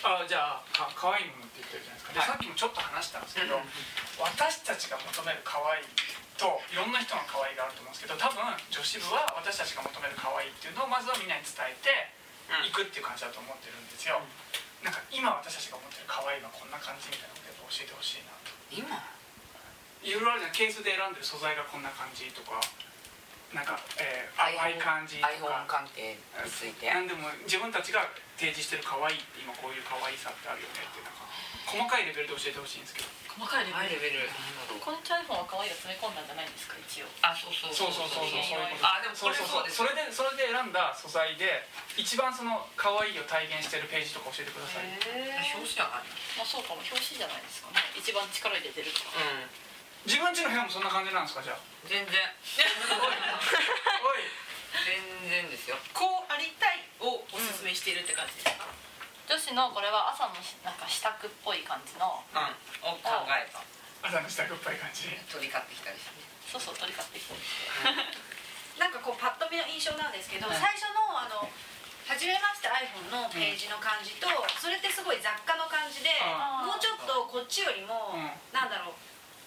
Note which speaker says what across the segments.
Speaker 1: あじゃあか可愛いものって言ってるじゃないですかで、さっき
Speaker 2: はい
Speaker 1: もちょっと話したんですけど、
Speaker 2: うん
Speaker 1: 私たちが求める可愛いといろんな人の可愛いがあると思うんですけど多分女子部は私たちが求める可愛いっていうのをまずはみんなに伝えてい
Speaker 2: うん
Speaker 1: くっていう感じだと思ってるんですよ、なんか今私たちが思ってる可愛いはこんな感じみたいなことを教えてほしいなと
Speaker 2: 今
Speaker 1: いろいろあるじゃんケースで選んでる素材がこんな感じとかなんか、えー、淡い感じと
Speaker 2: iPhone
Speaker 1: か
Speaker 2: 関係について
Speaker 1: なんでも自分たちが提示してる可愛いって今こういう可愛さってあるよねってなんか細かいレベルで教えてほしいんですけど
Speaker 3: 細かいレ
Speaker 2: ハイレ
Speaker 3: ベル
Speaker 2: ベルなんだろう
Speaker 3: このチャイフォンは可愛いを詰め込んだんじゃないんですか一応
Speaker 2: あそうそう
Speaker 1: そうそうそうそうそういうこと
Speaker 2: あでもこれそ
Speaker 1: それ
Speaker 2: うです
Speaker 1: でそれで選んだ素材で一番その可愛いを体現してるページとか教えてください
Speaker 2: 表紙じゃない
Speaker 3: まあそうかも表紙じゃないですかね一番力入れてるとか
Speaker 2: うん
Speaker 1: 自分家の部屋もそんな感じなんですかじゃあ
Speaker 2: 全
Speaker 1: お
Speaker 2: 然
Speaker 1: い
Speaker 2: 全然ですよ
Speaker 3: こうありたいをおすすめしているって感じですか、女子のこれは朝のしなんか支度っぽい感じの
Speaker 2: うんを考えた
Speaker 1: 朝の支度っぽい感じ
Speaker 2: 取り買ってきたりして
Speaker 3: そうそう取り買ってきて
Speaker 4: なんかこうパッと見の印象なんですけど、
Speaker 3: はい
Speaker 4: 最初のあの初めまして iPhone のページの感じと、それってすごい雑貨の感じで、
Speaker 1: あ
Speaker 3: ー
Speaker 4: もうちょっとこっちよりも、
Speaker 1: うん
Speaker 4: なんだろう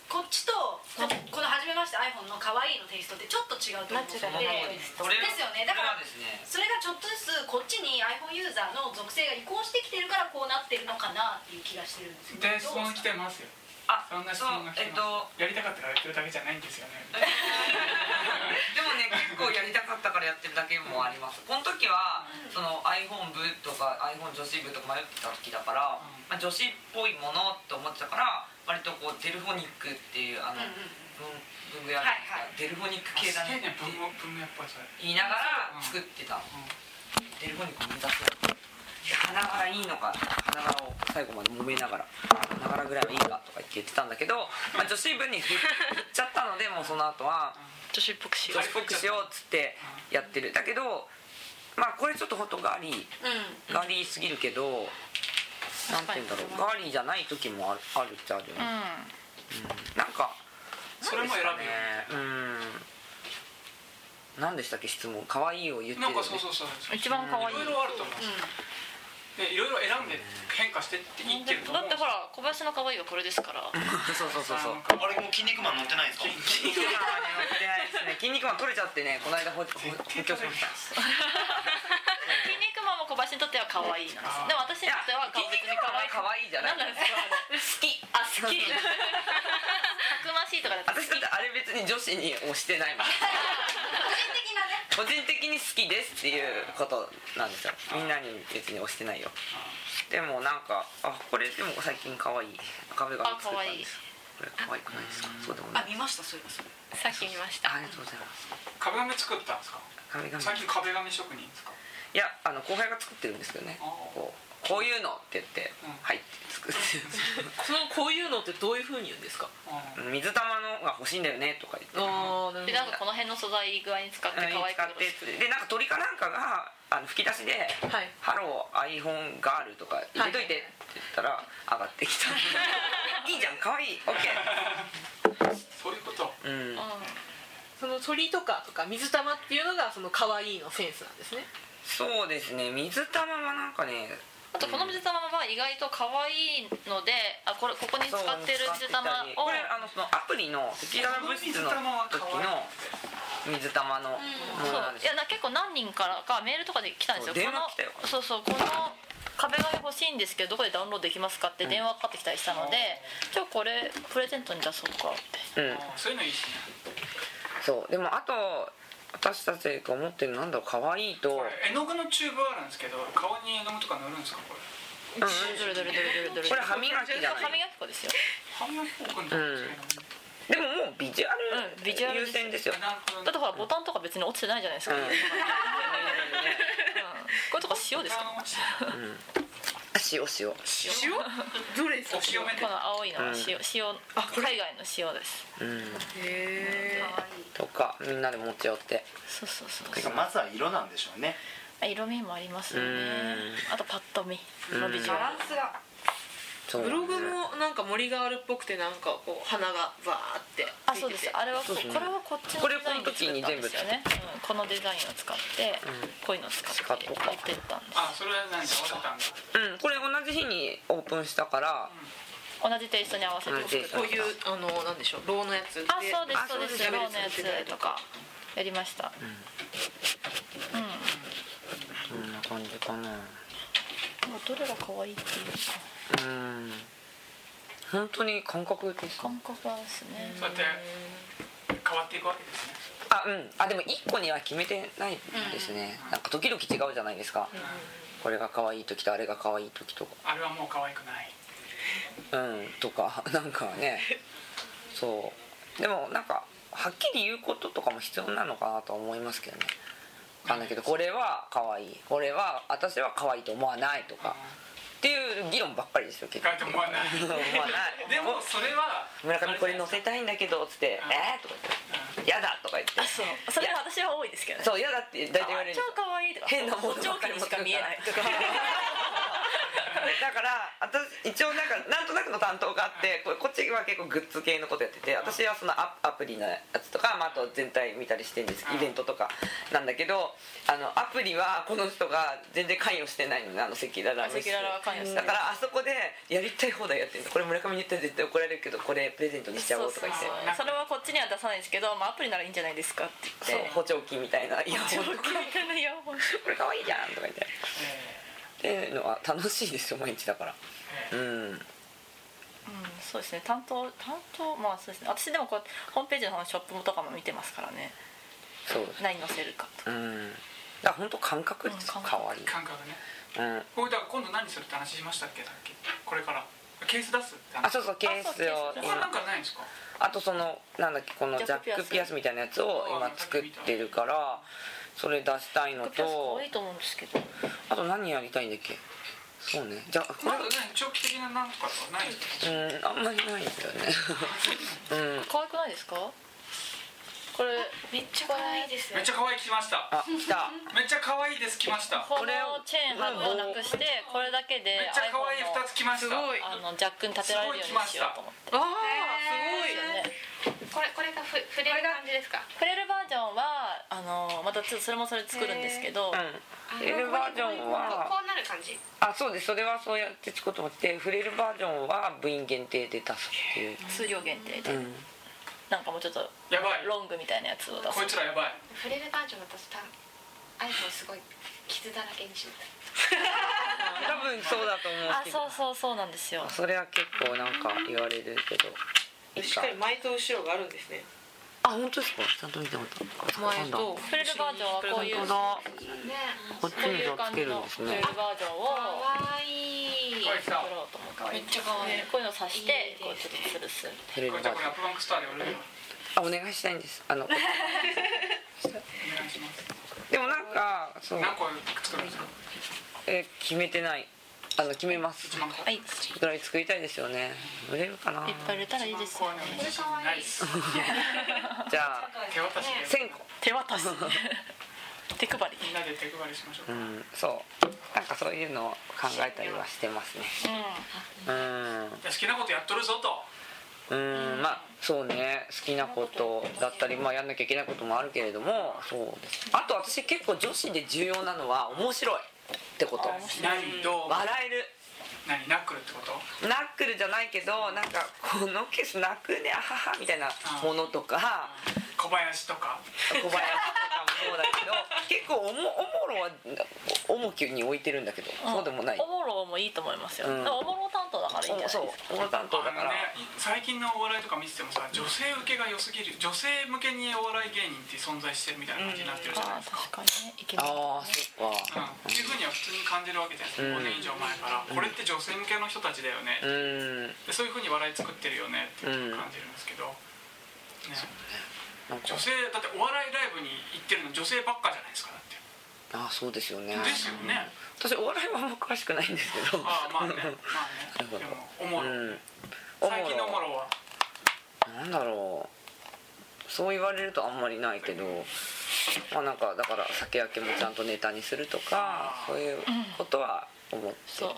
Speaker 4: こっちとここの初めまして iPhone の可愛いのテイストってちょっと違うと思う
Speaker 2: その
Speaker 4: の
Speaker 2: まま
Speaker 4: で
Speaker 2: です
Speaker 4: これですよねだから
Speaker 2: これはですね
Speaker 4: それがちょっとずつこっちに iPhone ユーザーの属性が移行してきてるからこうなってるのかなっていう気がしてるんですけど
Speaker 1: で質問
Speaker 4: どうで
Speaker 1: 来て
Speaker 4: すか
Speaker 1: ますよ
Speaker 2: あ
Speaker 1: そんな質問が来
Speaker 2: え
Speaker 1: て
Speaker 2: っ
Speaker 1: ますやりたかっ
Speaker 2: と
Speaker 1: たからやってるだけじゃないんですよね
Speaker 2: でもね結構やりたかったからやってるだけもありますこの時はその iPhone 部とか iPhone 女子部とか迷ってた時だか
Speaker 1: う
Speaker 2: ら、
Speaker 1: ん
Speaker 2: まあ、女子っぽいものと思ってたから割とこうデルフォニックっていうあの
Speaker 4: うんうん
Speaker 2: 文文具屋なんですか
Speaker 4: はい
Speaker 2: デルフォニック
Speaker 1: あす
Speaker 2: 系だ
Speaker 1: げえね
Speaker 2: ねって
Speaker 1: 文具文具やっぱりそれ
Speaker 2: 言いなが
Speaker 1: うん
Speaker 2: ら作って
Speaker 1: う
Speaker 2: た
Speaker 1: ん
Speaker 2: デルフォニックを目指す花柄いいのか花柄を最後まで揉めながら花柄ぐらいはいいかとか言って言ってたんだけど、まあ、女子部に振っちゃったのでもうその後は
Speaker 3: 女子っぽくし
Speaker 2: 女子っぽくしようっつってやってるだけどまあこれちょっとほんとガリ
Speaker 4: うん
Speaker 2: ガリすぎるけどなんて言うんだろうガリじゃない時もあるあるっちゃあるよ
Speaker 3: うん
Speaker 2: ね、なんか
Speaker 1: それも選ぶよね
Speaker 2: ぶうん何でしたっけ質問可愛いを言ってる
Speaker 1: な
Speaker 2: よ
Speaker 1: ん
Speaker 2: ね
Speaker 1: かそうそうそうそうい
Speaker 3: 一番可愛い
Speaker 1: ろいろあると思うんですよでいろいろ選んで変化してって言ってると思
Speaker 3: だ
Speaker 1: う
Speaker 3: ってほら小林の可愛いはこれです から
Speaker 2: そうそうそうそう
Speaker 5: あれもう筋肉マン乗ってないんですか
Speaker 2: 筋肉マンはね乗ってないですね筋肉マン取れちゃってねこの間補補補強しました
Speaker 3: 筋肉マンも小林にとっては可愛いなんですでも私にとっては顔別に可愛い
Speaker 2: 可愛いじゃない
Speaker 3: 何なんです
Speaker 2: 好き
Speaker 3: かあれあ好きたくましいとかだったら
Speaker 2: 私だってあれ別に女子に押してないもん
Speaker 4: 個人的なね
Speaker 2: 個人的に好きですっていうことなんですよみんなに別に押してないよでもなんかあこれでも最近可愛い赤部が作ったんですこれ可愛くないですかそうでもない
Speaker 4: 見ましたそういえばそれ
Speaker 3: さっき見まし
Speaker 2: あありがとうございます
Speaker 1: 壁紙作ったんですか
Speaker 2: 壁紙
Speaker 1: 最近壁紙職人ですか
Speaker 2: いやあの後輩が作ってるんですけどね
Speaker 1: あー
Speaker 2: こうこういうのって言って
Speaker 1: うん
Speaker 2: 「はい」って作って
Speaker 6: そのこういうのってどういうふうに言うんですか
Speaker 1: あ
Speaker 2: る水玉のが欲しいんだよねとか言って
Speaker 6: ああなるほ
Speaker 3: で
Speaker 6: ど
Speaker 3: なんかこの辺の素材具合に使って可
Speaker 2: うん
Speaker 3: 愛く
Speaker 2: 使ってってでなんか鳥かなんかがあの吹き出しで
Speaker 6: はい
Speaker 2: 「ハロー iPhone ガール」とか入れといてって言ったら上がってき た「いいじゃん可愛い OK
Speaker 1: そういうこと」
Speaker 2: うん
Speaker 3: う
Speaker 6: その鳥とかとか水玉っていうのがその可愛いのセンスなんですね
Speaker 2: そうですね水玉はなんかね
Speaker 3: んあとこの水玉は意外と可愛いのであこれここに使ってる
Speaker 2: そ
Speaker 3: 水玉
Speaker 2: う使ってたり
Speaker 3: を
Speaker 2: これあのそのアプリの赤裸々物質の時の水玉のも
Speaker 3: そう
Speaker 2: のなんです
Speaker 3: いやな結構何人からかメールとかで来たんですよ
Speaker 2: そう
Speaker 3: こ
Speaker 2: 電話来たよ
Speaker 3: のそうそうこの壁紙欲しいんですけどどこでダウンロードできますかって電話かかってきたりしたので、今日これプレゼントに出そうかって
Speaker 2: うん
Speaker 1: あそういうのいいですね
Speaker 2: そうでもあと私たちが思ってるなんだろう可愛いと
Speaker 1: これ絵の具のチューブあるんですけど顔に絵の具とか塗るんですかこれ
Speaker 2: うん
Speaker 3: どれどれどれどれどれ
Speaker 2: これ歯磨きじゃ
Speaker 3: 歯
Speaker 2: ない
Speaker 3: 磨き粉ですよ
Speaker 1: 歯磨き粉か塗るんですけど
Speaker 2: でももうビジュア
Speaker 3: うんビジュア
Speaker 2: ル優
Speaker 3: ルです
Speaker 2: 先ですよ、
Speaker 1: なるほど
Speaker 3: だってほらボタンとか別に落ちてないじゃないです
Speaker 2: うん
Speaker 3: か、うん、これとか塩ですか
Speaker 2: うん塩塩
Speaker 6: 塩どれです
Speaker 1: お塩目で
Speaker 3: この青いのは
Speaker 2: うん
Speaker 3: 塩、塩海外の塩です
Speaker 2: うん
Speaker 6: へえ
Speaker 4: 可愛い
Speaker 2: とかみんなで持ち寄って
Speaker 3: そうそうそう
Speaker 5: て
Speaker 3: そ
Speaker 5: か
Speaker 3: う
Speaker 5: まずは色なんでしょうね
Speaker 3: あ色味もありますよね
Speaker 2: うん
Speaker 3: あとパッと見のビジュ
Speaker 4: バ
Speaker 3: ア
Speaker 4: ランスが
Speaker 2: そう
Speaker 6: ブログ
Speaker 2: ね
Speaker 6: もなんか森ガールっぽくてなんかこう花がバーって
Speaker 3: あそうですあれはこ
Speaker 2: そうですね
Speaker 3: これはこっちの
Speaker 2: これ
Speaker 3: デザインで作ったんですよね、うん、このデザインを使って、
Speaker 2: ん
Speaker 3: こういうのを使って
Speaker 2: 鹿
Speaker 3: 持
Speaker 2: とか
Speaker 3: ってったんです
Speaker 1: あそれは何だわかったんだ
Speaker 2: うんこれ同じ日にプンしたから、
Speaker 3: 同じテイストに合わせて
Speaker 2: 同じテイスト
Speaker 6: こういうあのなんでしょうローのやつ
Speaker 3: あそうですそうで
Speaker 2: あ
Speaker 3: す
Speaker 2: そうです
Speaker 3: ローのやつとかやりましたうん、
Speaker 2: そんな感じかな
Speaker 3: まあどれが可愛いっていうか
Speaker 2: うん本当に感覚ですか
Speaker 3: 感覚はですね
Speaker 1: そうやって変わっていくわけですね
Speaker 2: あうんあでも一個には決めてないですね、なんか時々違うじゃないですか、これが可愛い時とあれが可愛い時とか
Speaker 1: あれはもう可愛くない
Speaker 2: うんとか なんかねそうでもなんかはっきり言うこととかも必要なのかなとは思いますけどね分かんないけどこれは可愛いこれは私は可愛いと思わないとかっていう議論ばっかりですよ結
Speaker 1: 意 外と思わない
Speaker 2: 思わない
Speaker 1: でもそれは
Speaker 2: 村上これ載せ
Speaker 1: て
Speaker 2: たいんだけどっつって「
Speaker 1: うん
Speaker 2: えー?」とか言って「やだ」とか言って
Speaker 3: あそうそれも私は多いですけどね
Speaker 2: そう嫌だって大体言われるんです
Speaker 3: 超
Speaker 2: よ
Speaker 3: 可愛いと か
Speaker 2: 変なもの
Speaker 3: 長期にしか見えないとか
Speaker 2: だから私一応なんかなんとなくの担当があってここっちは結構グッズ系のことやってて私はそのアアプリのやつとか、まあ、あと全体見たりしてるんですイベントとかなんだけどあのアプリはこの人が全然関与してないのねあの赤裸々の
Speaker 3: 赤裸々は関与して
Speaker 2: だ
Speaker 3: ない
Speaker 2: からあそこでやりたい放題やってるのこれ村上に言ったら絶対怒られるけどこれプレゼントにしちゃおうとか言って
Speaker 3: そうそうそれはこっちには出さないんですけど、まあ、アプリならいいんじゃないですかって
Speaker 2: そう
Speaker 3: 言って
Speaker 2: 補聴器みたいなイヤホンとか
Speaker 3: みたいなイヤホン
Speaker 2: これ可愛いじゃんとか言ってっていうのは楽しいですよ毎日だからうん
Speaker 3: うんそうですね担当担当まあそうですね私でもこうホームページの方のショップとかも見てますからね
Speaker 2: そう
Speaker 3: 何載せるかとか
Speaker 2: うんだから本当感覚です
Speaker 3: うん感
Speaker 2: 可
Speaker 3: 覚
Speaker 2: 愛い
Speaker 1: 感覚ね
Speaker 2: う
Speaker 1: こ
Speaker 2: ん
Speaker 1: れだから今度何するって話しましたっけだっけこれからケース出すって
Speaker 2: あ
Speaker 1: 話
Speaker 2: そうそうケースを
Speaker 3: あそうケース
Speaker 1: 他な
Speaker 2: 今
Speaker 1: んかないんですか
Speaker 2: あとそのなんだっけこのジ
Speaker 3: ジ
Speaker 2: ャ
Speaker 3: ャ
Speaker 2: ッ
Speaker 3: ッ
Speaker 2: ク
Speaker 3: ク
Speaker 2: ピ
Speaker 3: ピ
Speaker 2: ア
Speaker 3: ア
Speaker 2: ス
Speaker 3: ス
Speaker 2: みたいなやつを今作ってるからそれ出したいの
Speaker 3: ピアス可
Speaker 2: と
Speaker 3: 愛いと思うんですけど
Speaker 2: あと何やりたいんだっけそうねじゃあこ
Speaker 1: まだね長期的ななんとかとかないんですか
Speaker 2: れうんあんまり ないんだよねうん
Speaker 3: 可愛くないですかこれ
Speaker 4: めっちゃ可愛いです
Speaker 1: めっちゃ可愛い来ました
Speaker 2: あ来た
Speaker 1: めっちゃ可愛いです来ました
Speaker 3: これをチェーンハブをなくしてこれだけ
Speaker 1: め
Speaker 3: で
Speaker 1: っちゃ可愛い
Speaker 3: iPhone
Speaker 1: 2つ来ました
Speaker 6: すごい
Speaker 3: のあのジャックに立てられるようにしようと思って
Speaker 6: ああ
Speaker 3: ですよね
Speaker 7: これこれがふ触れる感じですか
Speaker 3: フレルバージョンはあのまたちょっとそれもそれで作るんですけど、
Speaker 2: うんフレルバージョンは
Speaker 7: こうこうなる感じ
Speaker 2: あそうですそれはそうやって作ってもらってフレルバージョンは部員限定で出すっていう、
Speaker 3: 数量限定で、
Speaker 2: うん、
Speaker 3: なんかもうちょっと
Speaker 1: やばい
Speaker 3: ロングみたいなやつを出す
Speaker 1: こいつらやばい
Speaker 7: 触れるバージョンだとた iPhone すごい傷だらけにします
Speaker 2: 多分そうだと思う
Speaker 3: あ
Speaker 2: けど
Speaker 3: そうそうそうなんですよ
Speaker 2: それは結構なんか言われるけどいい
Speaker 6: しっかり前と後ろがあるんですね
Speaker 2: あ本当ですかちゃんと見てもらった
Speaker 6: 前と
Speaker 3: フレルバージョンはこ
Speaker 7: ね
Speaker 2: 本当だこっ
Speaker 3: ういうこ
Speaker 2: ち
Speaker 3: う
Speaker 2: に
Speaker 3: い
Speaker 2: 色
Speaker 3: う
Speaker 2: つ
Speaker 3: 感
Speaker 2: け
Speaker 3: じ
Speaker 2: るん
Speaker 3: の
Speaker 2: です
Speaker 3: フレ
Speaker 2: ね
Speaker 3: ルバージョンを
Speaker 7: 可愛い
Speaker 1: こいつら
Speaker 3: 作ろうと思って
Speaker 4: めっちゃ可愛い
Speaker 3: こういうのを刺して
Speaker 7: いいですね
Speaker 3: こうち
Speaker 1: こい
Speaker 2: フレルバ
Speaker 3: ょっとつるする
Speaker 2: ー
Speaker 1: つ
Speaker 2: ジョ
Speaker 1: らこれアップバンクストアで売るよ
Speaker 2: ンあお願いしたいんです あの
Speaker 1: お願いします
Speaker 2: でもなんかそう、
Speaker 1: 何個作るんですか
Speaker 2: え決めてないあの決めます
Speaker 1: 1万個
Speaker 3: はいいっ
Speaker 2: ドライ作りたいですよね売れるかな
Speaker 3: ぱい売れたらいいですよね
Speaker 7: これ可
Speaker 1: な
Speaker 7: 愛
Speaker 1: い
Speaker 7: い
Speaker 1: っす
Speaker 2: じゃあ
Speaker 1: 手渡しで
Speaker 2: 1000個
Speaker 3: 手 渡し手配り
Speaker 1: みんなで手配りしましょうか
Speaker 2: うんそうなんかそういうのを考えたりはしてますねうん
Speaker 1: いや好きなことやっとるぞと
Speaker 2: うーんまあそうね好きなことだったり、まあ、やんなきゃいけないこともあるけれどもそうですあと私結構女子で重要なのは面白いってこと
Speaker 1: 何どう
Speaker 2: 笑える
Speaker 1: 何ナックルってこと
Speaker 2: ナックルじゃないけどなんかこのケース泣くねあははみたいなものとか
Speaker 1: 小林とか
Speaker 2: 小林とかもそうだけど結構おもおもろは重きに置いてるんだけどそうでもない
Speaker 3: おもろもいいと思いますよ、
Speaker 2: うん
Speaker 3: でもおもろ担当だからいいんじゃないです
Speaker 2: そ
Speaker 3: か
Speaker 2: うおもろ担当だか
Speaker 1: あ
Speaker 2: ら
Speaker 1: のね最近のお笑いとか見ててもさ女性受けが良すぎる女性向けにお笑い芸人って存在してるみたいな感じになってるじゃない
Speaker 3: あ
Speaker 1: ですか、
Speaker 3: 確かにねイケメン
Speaker 2: ああ
Speaker 1: う
Speaker 2: そっか
Speaker 1: んっていうふうには普通に感じるわけじゃ
Speaker 2: うん
Speaker 1: ない5年以上前から、これって女性向けの人たちだよね、
Speaker 2: うーん
Speaker 1: でそういうふうに笑い作ってるよねっていうのを感じるんですけど、ね、
Speaker 2: なんか
Speaker 1: 女性だってお笑いライブに行ってるの女性ばっかじゃないですかだって
Speaker 2: ああそうですよね
Speaker 1: ですよね
Speaker 2: 私お笑いはあんま詳しくないんですけど
Speaker 1: ああまあねまあね
Speaker 2: なるほ
Speaker 1: で
Speaker 2: ど
Speaker 1: もおも
Speaker 2: う
Speaker 1: ろ、
Speaker 2: んおもろ
Speaker 1: 最近のおもろは
Speaker 2: なんだろうそう言われるとあんまりないけどまあなんかだから酒焼けもちゃんとネタにするとかそういうことは思って
Speaker 3: そう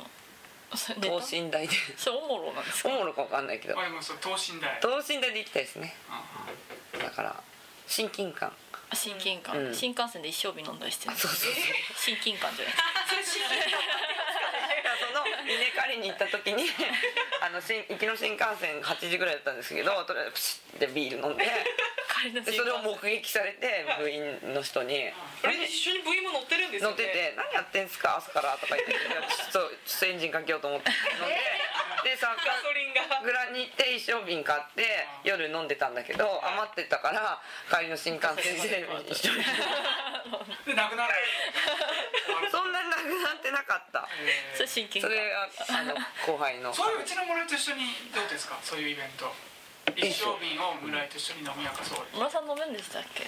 Speaker 3: それネ
Speaker 2: 等
Speaker 3: タ
Speaker 2: 身大で
Speaker 3: それおもろなんです
Speaker 2: お
Speaker 3: か
Speaker 2: もろかわかんないけど
Speaker 1: あでもそう等身大
Speaker 2: 等身大で行きたいですね
Speaker 1: うん
Speaker 2: だから親近感
Speaker 3: 親近感、
Speaker 2: うん
Speaker 3: 新幹線で一生日飲んだりしてる
Speaker 2: そうそうそう
Speaker 3: 親近感じゃない
Speaker 2: いやその稲刈りに行った 時にあの新行きの新幹線8時ぐらいだったんですけどとりあえずプシッてビール飲んで
Speaker 3: 帰りの
Speaker 2: で
Speaker 3: 新
Speaker 2: それ
Speaker 3: 幹
Speaker 2: を
Speaker 3: 線
Speaker 2: 目撃されて部員の人に
Speaker 8: あれ一緒に V も乗ってるんですよ
Speaker 2: 乗
Speaker 8: ね
Speaker 2: ってて「何やってんすか朝から」とか言って「いやちょっとちょっとエンジンかけようと思 って」飲んででサッカ
Speaker 8: ガソリンが
Speaker 2: ーグラに行って一升瓶買って夜飲んでたんだけど余ってたから帰りの新幹線で一緒に
Speaker 1: でなくなる
Speaker 2: そんなになくなってなかった
Speaker 3: それ親近
Speaker 2: そ
Speaker 3: 感
Speaker 2: れがあの後輩の
Speaker 1: そういううちの村井と一緒にどうですかそういうイベント一升瓶を村井と一緒に飲み明かそう
Speaker 3: 村さん飲むんでしたっけ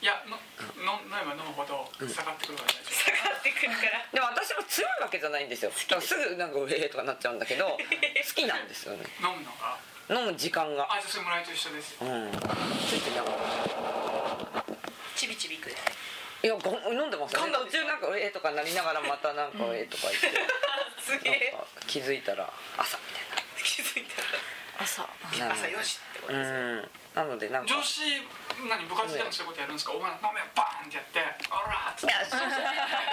Speaker 1: いやのの飲めば飲むほど下がってくるから大丈夫
Speaker 8: 下がってくるから
Speaker 2: でも私も強いわけじゃないんですよだからすぐなんか「うえー」とかなっちゃうんだけど好きなんですよね
Speaker 1: 飲むのが
Speaker 2: 飲む時間が
Speaker 1: あじゃあそれ村井と一緒です
Speaker 2: うんついてなんか
Speaker 8: チビチビいくで
Speaker 2: いやご飲んでますよね
Speaker 8: 噛んだん
Speaker 2: 途
Speaker 8: です
Speaker 2: 中
Speaker 8: か
Speaker 2: なんか「うえー」とかなりながらまたなんか「うえー」とか言って。
Speaker 8: すげ
Speaker 2: なん
Speaker 8: え
Speaker 2: か気づいたら朝み
Speaker 8: 気づいた
Speaker 3: 朝
Speaker 2: たい
Speaker 8: ら
Speaker 2: な
Speaker 8: 朝4時ってこと
Speaker 2: う
Speaker 8: ですね
Speaker 2: んなのでなんか
Speaker 1: 女子何部活でもそういうことやるんですかお前飲めバーンってやって「あら」っつって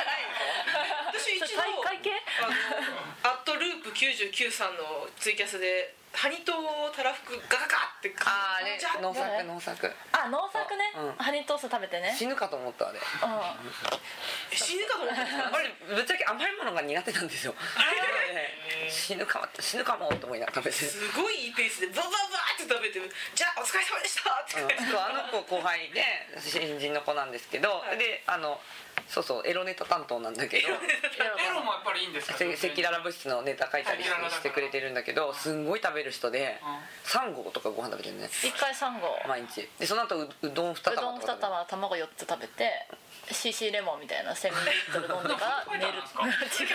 Speaker 8: 私一度
Speaker 3: 大会系
Speaker 8: あのアットループ99さんのツイキャスでハニトをたらふくガガガって感
Speaker 2: ああれ
Speaker 8: じゃ
Speaker 2: 農作農作
Speaker 3: あ農作ね、
Speaker 2: うん
Speaker 3: ハニートースト食べてね
Speaker 2: 死ぬかと思ったあれ
Speaker 3: う
Speaker 8: 死ぬかと思った
Speaker 2: あれぶっちゃけ甘いものが苦手なんですよなので 死ぬかも死ぬかもと思いながら食べて
Speaker 8: すごいいいペースでバババーって食べて「じゃあお疲れ様でした」って
Speaker 2: うん
Speaker 8: 感
Speaker 2: そうあの子後輩で新人の子なんですけど、
Speaker 8: い
Speaker 2: であのそうそうエロネタ担当なんだけど
Speaker 1: エロもやっぱりいいんですか
Speaker 2: せ赤裸々物質のネタ書いたりし
Speaker 1: 赤裸々だから
Speaker 2: してくれてるんだけどすんごい食べる人で
Speaker 1: うん
Speaker 2: 3合とかご飯食べてるね
Speaker 3: ん、1回3合
Speaker 2: 毎日でその後ううどん2
Speaker 3: うど
Speaker 2: 玉
Speaker 3: ん
Speaker 2: とか
Speaker 3: 2玉卵4つ食べて CC レモンみたいな1000ミリリットル飲んでから寝る
Speaker 8: じで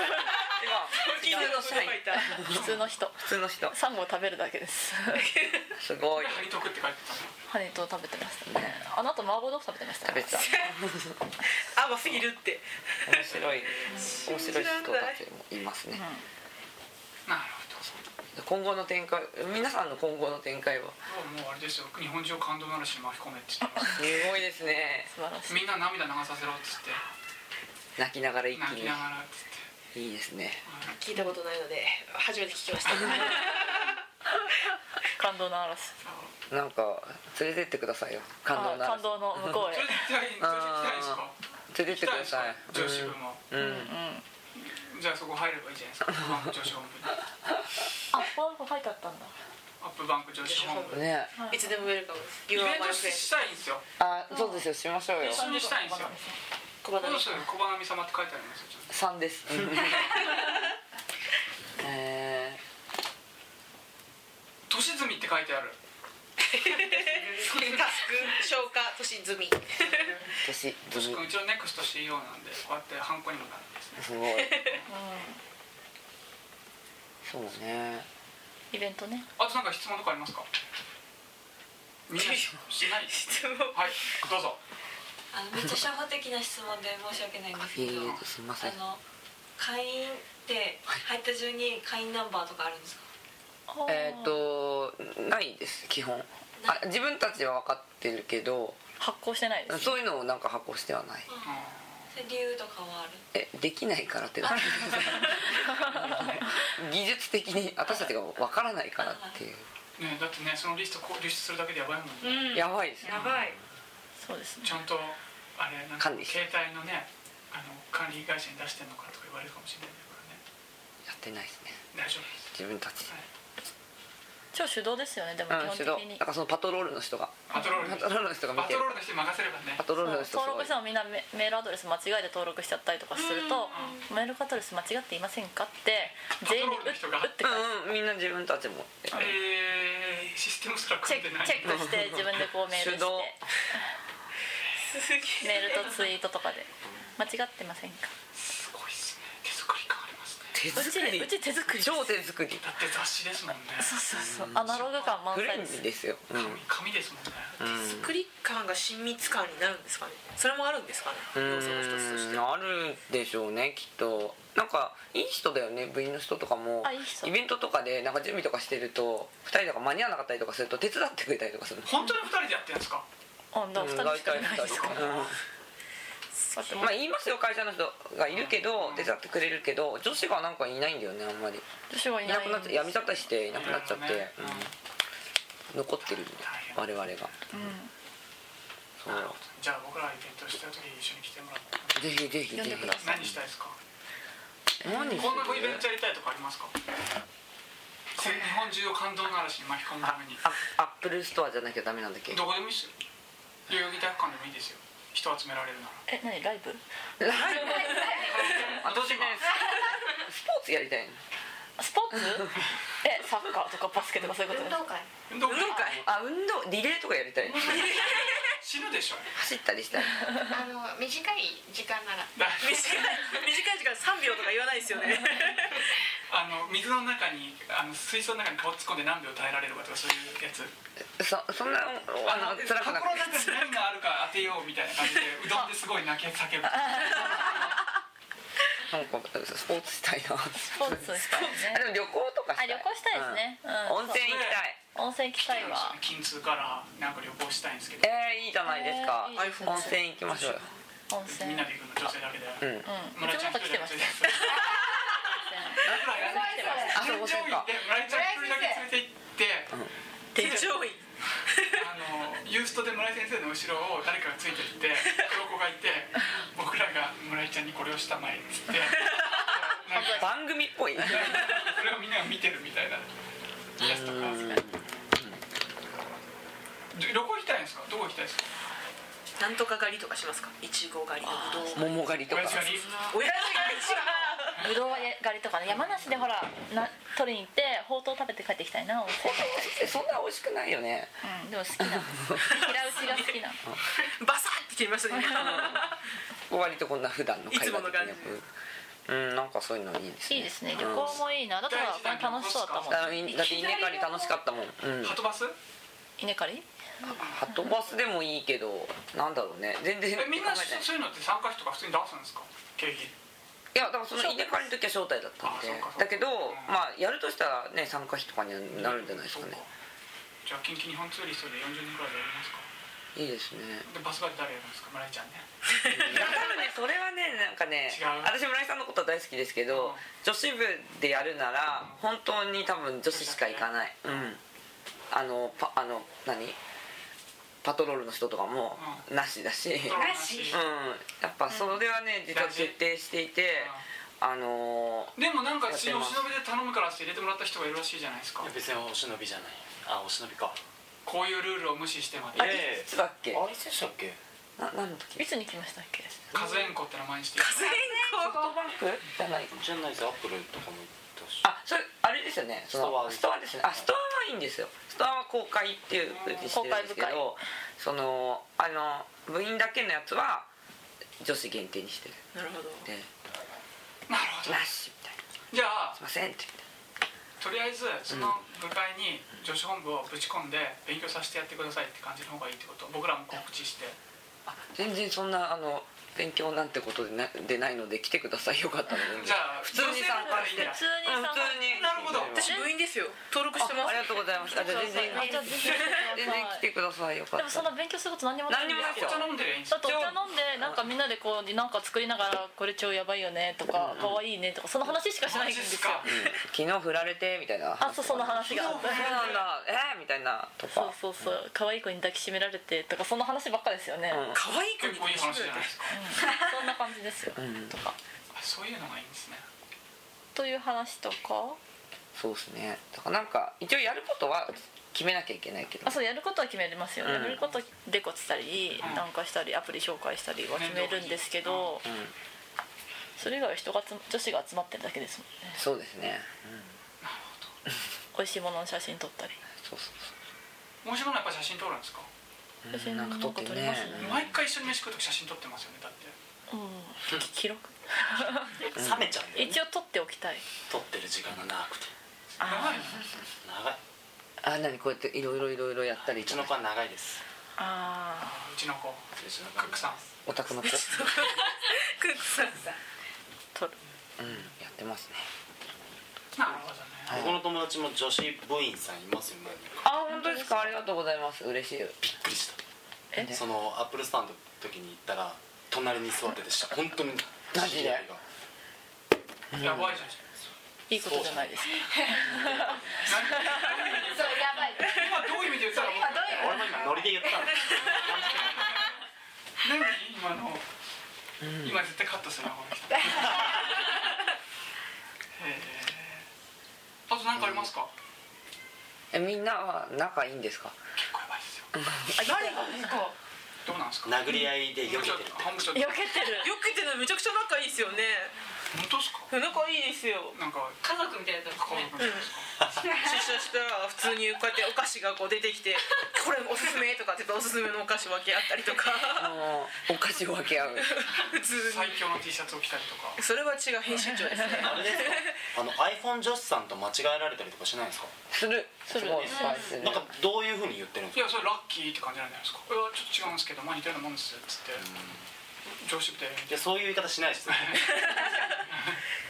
Speaker 2: 普通の社員
Speaker 3: 違う普通の人
Speaker 2: 普通の人
Speaker 3: 3合食べるだけです
Speaker 2: すごい
Speaker 1: ハリトクって書いてたの
Speaker 3: ハニートースト食べてましたねあの後麻婆豆腐食べてました
Speaker 2: 食べ
Speaker 3: ね
Speaker 2: てた
Speaker 8: 甘すぎるって
Speaker 2: 面白い面白い人たちもいますね
Speaker 1: なるほど
Speaker 2: 今後の展開皆さんの今後の展開は
Speaker 1: もうあれですよ日本中を感動の嵐に巻き込めって言ってます
Speaker 2: すごいですね
Speaker 3: 素晴らしい
Speaker 1: みんな涙流させろっつって
Speaker 2: 泣きながら一気
Speaker 1: 泣き
Speaker 2: に
Speaker 1: ながらっつって
Speaker 2: いいですね
Speaker 8: 聞いたことないので初めて聞きました
Speaker 3: 感動の嵐
Speaker 2: なんか連れてってくださいよ感動な
Speaker 3: あ
Speaker 2: ら
Speaker 3: 感動の向こう
Speaker 1: それ
Speaker 3: へ
Speaker 1: で行きたいそれで行きたいですか
Speaker 2: 連
Speaker 1: 行
Speaker 2: れてっ
Speaker 1: き
Speaker 2: てく
Speaker 1: たい
Speaker 2: だ
Speaker 1: です
Speaker 2: さ
Speaker 1: か
Speaker 2: い
Speaker 1: 女子部も
Speaker 2: うん、うん
Speaker 1: じゃあそこ入ればいいじゃ ないですかアップバンク女子本部に
Speaker 3: あここ書いてあったんだ
Speaker 1: アップバンク女子本部イベン
Speaker 2: ね
Speaker 8: いつでもウェルカムです You are
Speaker 1: ト
Speaker 8: my
Speaker 1: し
Speaker 8: friend
Speaker 1: たいんですよ
Speaker 2: あそうですよしましょうよ
Speaker 1: 一緒にしたいんですよ
Speaker 8: 小
Speaker 1: ど
Speaker 8: 花
Speaker 1: うしたら小花見様って書いてありますよちょっと
Speaker 2: 三です え
Speaker 1: 年積みって書いてある
Speaker 8: タスク消化年済 み
Speaker 2: ー、年
Speaker 1: う
Speaker 2: ぶり
Speaker 1: ちのネクスト CEO なんでこうやってハンコにもなるんですね
Speaker 2: す ごいそうね
Speaker 3: イベントね
Speaker 1: あとなんか質問とかあります かみんなししない
Speaker 8: 質問
Speaker 1: はいどうぞ
Speaker 9: あのめっちゃ初歩的な質問で申し訳ないんです
Speaker 2: いえ
Speaker 9: け
Speaker 2: い
Speaker 9: ど、
Speaker 2: えすみません
Speaker 9: あの会員って入った順に会員ナンバーとかあるんですか？
Speaker 2: えっ、とないです基本あ自分たちは分かってるけど
Speaker 3: 発行してないです
Speaker 2: そういうのをなんか発行してはない
Speaker 9: それ理由とかはある？
Speaker 2: えできないからってだ け技術的に私たちが分からないからっていう、
Speaker 1: ねえだってねそのリストこう流出するだけでやばいもんね
Speaker 8: うん
Speaker 2: やばいですね
Speaker 8: やばい
Speaker 3: そうですね
Speaker 1: ちゃんとあれなんか
Speaker 2: 管理して
Speaker 1: 携帯のねあの管理会社に出してんのかとか言われるかもしれないからね
Speaker 2: やってないですね
Speaker 1: 大丈夫です
Speaker 2: 自分たち
Speaker 3: 超手動ですよねでも
Speaker 2: うん
Speaker 3: 基
Speaker 2: 手動
Speaker 3: 本的に
Speaker 2: なんかそのパトロールの人が
Speaker 1: パトロール
Speaker 2: パ
Speaker 1: の
Speaker 2: ト
Speaker 1: 人
Speaker 2: ロールの人が見
Speaker 1: パ
Speaker 2: て
Speaker 1: ト
Speaker 2: る
Speaker 1: ロールの人に任せればね
Speaker 2: パトロールの人す
Speaker 3: 登
Speaker 2: ごい
Speaker 3: 録してもみんなメメールアドレス間違えて登録しちゃったりとかすると「メールアドレス間違っていませんか?」って全員に「うっ」うって返す
Speaker 2: うんうんみんな自分たちも
Speaker 1: えー、システムすら
Speaker 3: チ
Speaker 1: 組んで
Speaker 3: ェッ
Speaker 1: ない
Speaker 3: クチェッ クして自分でこうメール
Speaker 2: 手
Speaker 3: し
Speaker 2: 動
Speaker 3: てメールとツイートとかで「間違ってませんか?
Speaker 1: すごいっすね手作り感ありますね
Speaker 2: 手」
Speaker 3: うち
Speaker 2: 作
Speaker 3: で
Speaker 2: り
Speaker 3: うち手作りです
Speaker 2: 超手作り
Speaker 1: だって雑誌ですもんね
Speaker 3: そうそうそうアナログ感満
Speaker 2: 古
Speaker 3: 載
Speaker 2: い
Speaker 3: で
Speaker 2: ん
Speaker 3: す
Speaker 2: ですよ、うん
Speaker 1: 紙紙ですもんね
Speaker 2: うん
Speaker 8: クリッカーが親密感になるんですかねそれもあるんですかね
Speaker 2: う
Speaker 8: 要素の一つとして
Speaker 2: ーんあるでしょうねきっとなんかいい人だよね部員の人とかも
Speaker 3: あいい人
Speaker 2: イベントとかでなんか準備とかしてると2人とか間に合わなかったりとかすると手伝ってくれたりとかするの
Speaker 1: 本当に二人でやってるんですか
Speaker 3: うんだから2人しかいないですか
Speaker 2: うん大体二人
Speaker 3: ら
Speaker 2: うん
Speaker 3: だってもう
Speaker 2: まあ言いますよ会社の人がいるけど手伝ってくれるけど女子がなんかいないんだよねあんまり
Speaker 3: 私はい
Speaker 2: い
Speaker 3: ない
Speaker 2: なくなっちゃやめちゃったりしていなくなっちゃって、
Speaker 1: ね
Speaker 2: うん、残ってるんだ我々が
Speaker 3: う
Speaker 2: そう
Speaker 1: じゃあ僕らがイベントした時一緒に来てもらって
Speaker 2: ぜひぜひぜ
Speaker 3: 呼ん
Speaker 2: ひ
Speaker 3: でくださ
Speaker 1: 何したいですか
Speaker 2: 何する
Speaker 1: こんなイベントやりたいとかありますかせ日本中を感動の嵐に巻き込むために
Speaker 2: あアップルストアじゃなきゃダメなんだっけ
Speaker 1: どこでもいいっすよ代々木体育館でもいいですよ人集められるなら
Speaker 3: んえ何ライブ
Speaker 2: 私ねスポーツやりたいの
Speaker 3: ス ポーツえサッカーとかバスケとかそういうこと
Speaker 7: 運動会
Speaker 1: 運動会
Speaker 2: あ運動リレーとかやりたい
Speaker 1: 死ぬでしょ
Speaker 2: 走ったりしたい
Speaker 7: あの短い時間なら
Speaker 1: だ
Speaker 8: 短い短い時間3秒とか言わないですよ ね
Speaker 1: あの水の中にあの水槽の中に顔突っ込んで何秒耐えられるかとかそういうやつ
Speaker 2: そそんなあの辛くなく
Speaker 1: 心の中に何があるか当てようみたいな感じでうどんですごい泣け叫ぶ
Speaker 2: なんかスポーツしたいな
Speaker 3: スポーツしたい
Speaker 2: あで
Speaker 3: ね
Speaker 2: も旅行とかしたい
Speaker 3: あ旅行したいですねうん
Speaker 2: 温泉行きたい
Speaker 3: 温泉行きたいわ
Speaker 1: 金通からなんか旅行したいんですけど
Speaker 2: えー、いいじゃないですか、
Speaker 3: えーいいですね
Speaker 2: 温泉行きましょうよ
Speaker 3: 温泉
Speaker 1: みん
Speaker 3: う
Speaker 1: なで行くの女性だけで
Speaker 2: うん
Speaker 3: んう
Speaker 1: 村
Speaker 3: ち
Speaker 1: 井ち
Speaker 3: も
Speaker 1: ゃ
Speaker 3: な
Speaker 1: ん
Speaker 3: んか
Speaker 1: 一
Speaker 3: 来
Speaker 1: 人
Speaker 3: てま
Speaker 1: だ
Speaker 3: し
Speaker 1: け
Speaker 3: た
Speaker 1: で僕
Speaker 3: よ
Speaker 1: らやんなくても添
Speaker 2: あそうか
Speaker 1: 乗員で村井ちゃん一人だけ連れて行って
Speaker 8: 手帳員
Speaker 1: あのユーストで村井先生の後ろを誰かがついて って黒子がいて僕らが村井ちゃんにこれをしたまえっつ ってなんか
Speaker 2: 番組っぽいね
Speaker 1: それをみんなが見てるみたいなやつとか
Speaker 2: うん
Speaker 1: 旅行行きたいんですかどこ行きたいですか
Speaker 8: なんとか狩りとかしますかいちご狩りのぶどう
Speaker 2: 桃狩りと
Speaker 1: お
Speaker 2: か
Speaker 1: やすみ
Speaker 8: おやつ狩りし
Speaker 3: ぶどう狩りとかね山梨でほらな取りに行ってほうとう食べて帰ってきたいな温泉
Speaker 2: そんな美味しくないよね
Speaker 3: うんでも好きなの 平打ちが好きなの
Speaker 8: バサッて切りましたね
Speaker 2: 割とこんな普段の会話的
Speaker 8: いつもの感じ
Speaker 2: なうんなんかそういうのいいですね
Speaker 3: いいですね旅行もいいなだってほら楽しそうだったもん
Speaker 2: あいだって稲刈り楽しかったもん、うん、
Speaker 1: ハトバス
Speaker 3: 稲刈り
Speaker 2: ハトバスでもいいけどなんだろうね全然
Speaker 1: えみんな
Speaker 2: 考えてない
Speaker 1: そういうのって参加費とか普通に出すんですか経費
Speaker 2: いやだからその稲刈りの時は招待だったんで
Speaker 1: あそうかそうか
Speaker 2: だけど
Speaker 1: うん
Speaker 2: まあやるとしたらね参加費とかにはなるんじゃないですかね
Speaker 1: そうじゃあ近畿日本ツーリストで40人くらいでやりますか
Speaker 2: いいですね
Speaker 1: でバスバで誰やるんですか村井ちゃんね
Speaker 2: いや多分ねそれはねなんかね
Speaker 1: 違う
Speaker 2: 私村井さんのことは大好きですけ
Speaker 1: うん
Speaker 2: ど女子部でやるなら本当に多分女子しか行かないうんあのパあの何パトロールの人とかもなし だし、
Speaker 1: ドローンなし
Speaker 2: うん、やっぱそれはね実は徹底していて、あのー
Speaker 1: でもなんかそのお忍びで頼むからって入れてもらった人がいるらしいじゃないですか
Speaker 5: 別にお忍びじゃないあお忍びか
Speaker 1: こういうルールを無視してまで
Speaker 2: あれいつだっけ
Speaker 5: あれでしたっけ
Speaker 2: な何の時
Speaker 3: いつに来ましたっけ
Speaker 1: 数えんこって名前にして
Speaker 2: ソフトバンクじゃない
Speaker 5: じゃないですアップルとかも行ったし
Speaker 2: あそれあれですよねそのス
Speaker 5: ス
Speaker 2: ト
Speaker 5: ト
Speaker 2: ア
Speaker 5: ア
Speaker 2: ですねあストアはいいんですよストアは公開っていうふうにしてるんですけ
Speaker 3: 公開
Speaker 2: どそのあの部員だけのやつは女子限定にしてる
Speaker 8: なるほど
Speaker 2: んで
Speaker 1: なるほど
Speaker 2: なしみたいな
Speaker 1: じゃあ
Speaker 2: すいませんって
Speaker 1: と
Speaker 2: 言って
Speaker 1: りあえずその部会に女子本部をぶち込んで勉強させてやってくださいって感じの方がいいってこと僕らも告知して
Speaker 2: あ全然そんなあの勉強なんてことでなでないので来てくださいよかったら全
Speaker 1: じ
Speaker 2: 然
Speaker 1: ゃあ
Speaker 2: 普通に参加して
Speaker 1: 女
Speaker 3: 普
Speaker 1: 性
Speaker 3: 通
Speaker 2: うん
Speaker 3: にさ
Speaker 2: 普通
Speaker 1: だった
Speaker 2: に
Speaker 1: らいいんだなるほど
Speaker 2: あありがと
Speaker 8: 私部員ですよ登録してます
Speaker 2: うございましたじゃあ全然
Speaker 3: あじゃあぜひ来
Speaker 2: 全
Speaker 3: てく
Speaker 2: 然
Speaker 3: だ
Speaker 2: 来てくださ
Speaker 3: さい
Speaker 2: いよかっ
Speaker 3: で
Speaker 2: たら
Speaker 3: もそんな勉強すること何にもないん
Speaker 2: 何にもな
Speaker 1: お
Speaker 2: い
Speaker 1: 茶飲んでりゃいいんです
Speaker 3: だってお茶飲んでなんかみんなでこうなんか作りながらこれ超やばいよねとか可愛いねとかその話しかしないんですよ
Speaker 1: か
Speaker 2: 昨日振られてみたいな
Speaker 3: あそうその話が
Speaker 2: そうなんだえー、みたいなと
Speaker 3: そう
Speaker 2: か
Speaker 3: そうそう可愛い子に抱きしめられてとかその話ばっかですよね
Speaker 2: うん
Speaker 8: 可愛い子
Speaker 1: 結構いい話
Speaker 8: に
Speaker 1: じゃないですか
Speaker 3: そんな感じですよ
Speaker 2: うん
Speaker 3: とか
Speaker 1: あそういうのがいいんですね
Speaker 3: という話とか
Speaker 2: そうですねだからなんか一応やることは決めなきゃいけないけど
Speaker 3: あそうやることは決めれますよね、
Speaker 2: うん
Speaker 3: やることデコしたり、
Speaker 1: うん
Speaker 3: なんかしたりアプリ紹介したりは決めるんですけど、
Speaker 2: うん
Speaker 3: それ以外は人がつ女子が集まってるだけですもんね
Speaker 2: そうですね、うん、
Speaker 3: 美味しいものの写真撮ったり
Speaker 2: そうそう
Speaker 1: 面白いのはやっぱ写真撮るんですか
Speaker 2: そ
Speaker 3: 写
Speaker 2: う
Speaker 3: 真
Speaker 2: な
Speaker 3: なんん
Speaker 2: か撮
Speaker 3: か
Speaker 2: って
Speaker 3: 撮
Speaker 2: る
Speaker 3: り
Speaker 2: ね
Speaker 3: ますね
Speaker 1: 毎回一緒に飯食う時写真撮ってますよねだって
Speaker 3: うんき記録
Speaker 5: 冷めちゃうんだよね
Speaker 3: 一応撮っておきたい
Speaker 5: 撮ってる時間が長くて
Speaker 1: 長い
Speaker 5: 長いう
Speaker 2: あ何こうやっていろいろいろいろやったり
Speaker 5: うちの子は長いです
Speaker 3: ああ
Speaker 1: うちの子
Speaker 5: うちの子
Speaker 1: クックさん
Speaker 2: お宅の子、う
Speaker 8: クックさん
Speaker 3: 撮る
Speaker 2: ん、やってますね
Speaker 1: なるほどね
Speaker 2: はい
Speaker 5: 僕の友達も女子部員さんいますよ何人か
Speaker 2: あ本当ですかありがとうございます嬉しい
Speaker 5: びっくりした
Speaker 3: え
Speaker 5: そのアップルスタンドの時に行ったら「隣に座ってでした本当に
Speaker 2: マジで
Speaker 5: 知り合い
Speaker 1: やばいじゃん
Speaker 3: いいことじゃないですか
Speaker 7: そうやばい
Speaker 1: 今どういう意味で言ったらもう
Speaker 5: が俺も今ノリで言ったの
Speaker 1: 何今の今絶対カットするなこの人へえあと何かありますか
Speaker 2: えみんなは仲いいんですか
Speaker 1: 結構やばいですよ
Speaker 8: 誰がですか
Speaker 1: どうなんですか
Speaker 5: 殴り合いで避けてるって
Speaker 1: 本部長
Speaker 3: 避
Speaker 1: 本
Speaker 3: けてる
Speaker 8: よく言ってるのめちゃくちゃ仲いいですよね
Speaker 1: 当ですか
Speaker 8: 仲いいですよ
Speaker 1: なんか
Speaker 9: 家族みたいなやつです
Speaker 1: 顔
Speaker 9: ね
Speaker 1: の感じですか
Speaker 8: 出社したら普通にこうやってお菓子がこう出てきて「これおすすめ」とかって言っておすすめのお菓子分け合ったりとか
Speaker 2: あのお菓子を分け合う
Speaker 8: 普通
Speaker 1: 最強の T シャツを着たりとか
Speaker 8: にそれは違う編集長ですね
Speaker 5: あれですかあの iPhone 女子さんと間違えられたりとかしないんですか
Speaker 2: するすごいいっぱいする
Speaker 5: なんかどういうふうに言ってるんです
Speaker 1: いやそれラッキーって感じなんじゃないですかこれはちょっと違うんですけどまあ似たようなもんですっつって
Speaker 5: か
Speaker 1: 上司部で
Speaker 5: いやそういう言い方しないですよね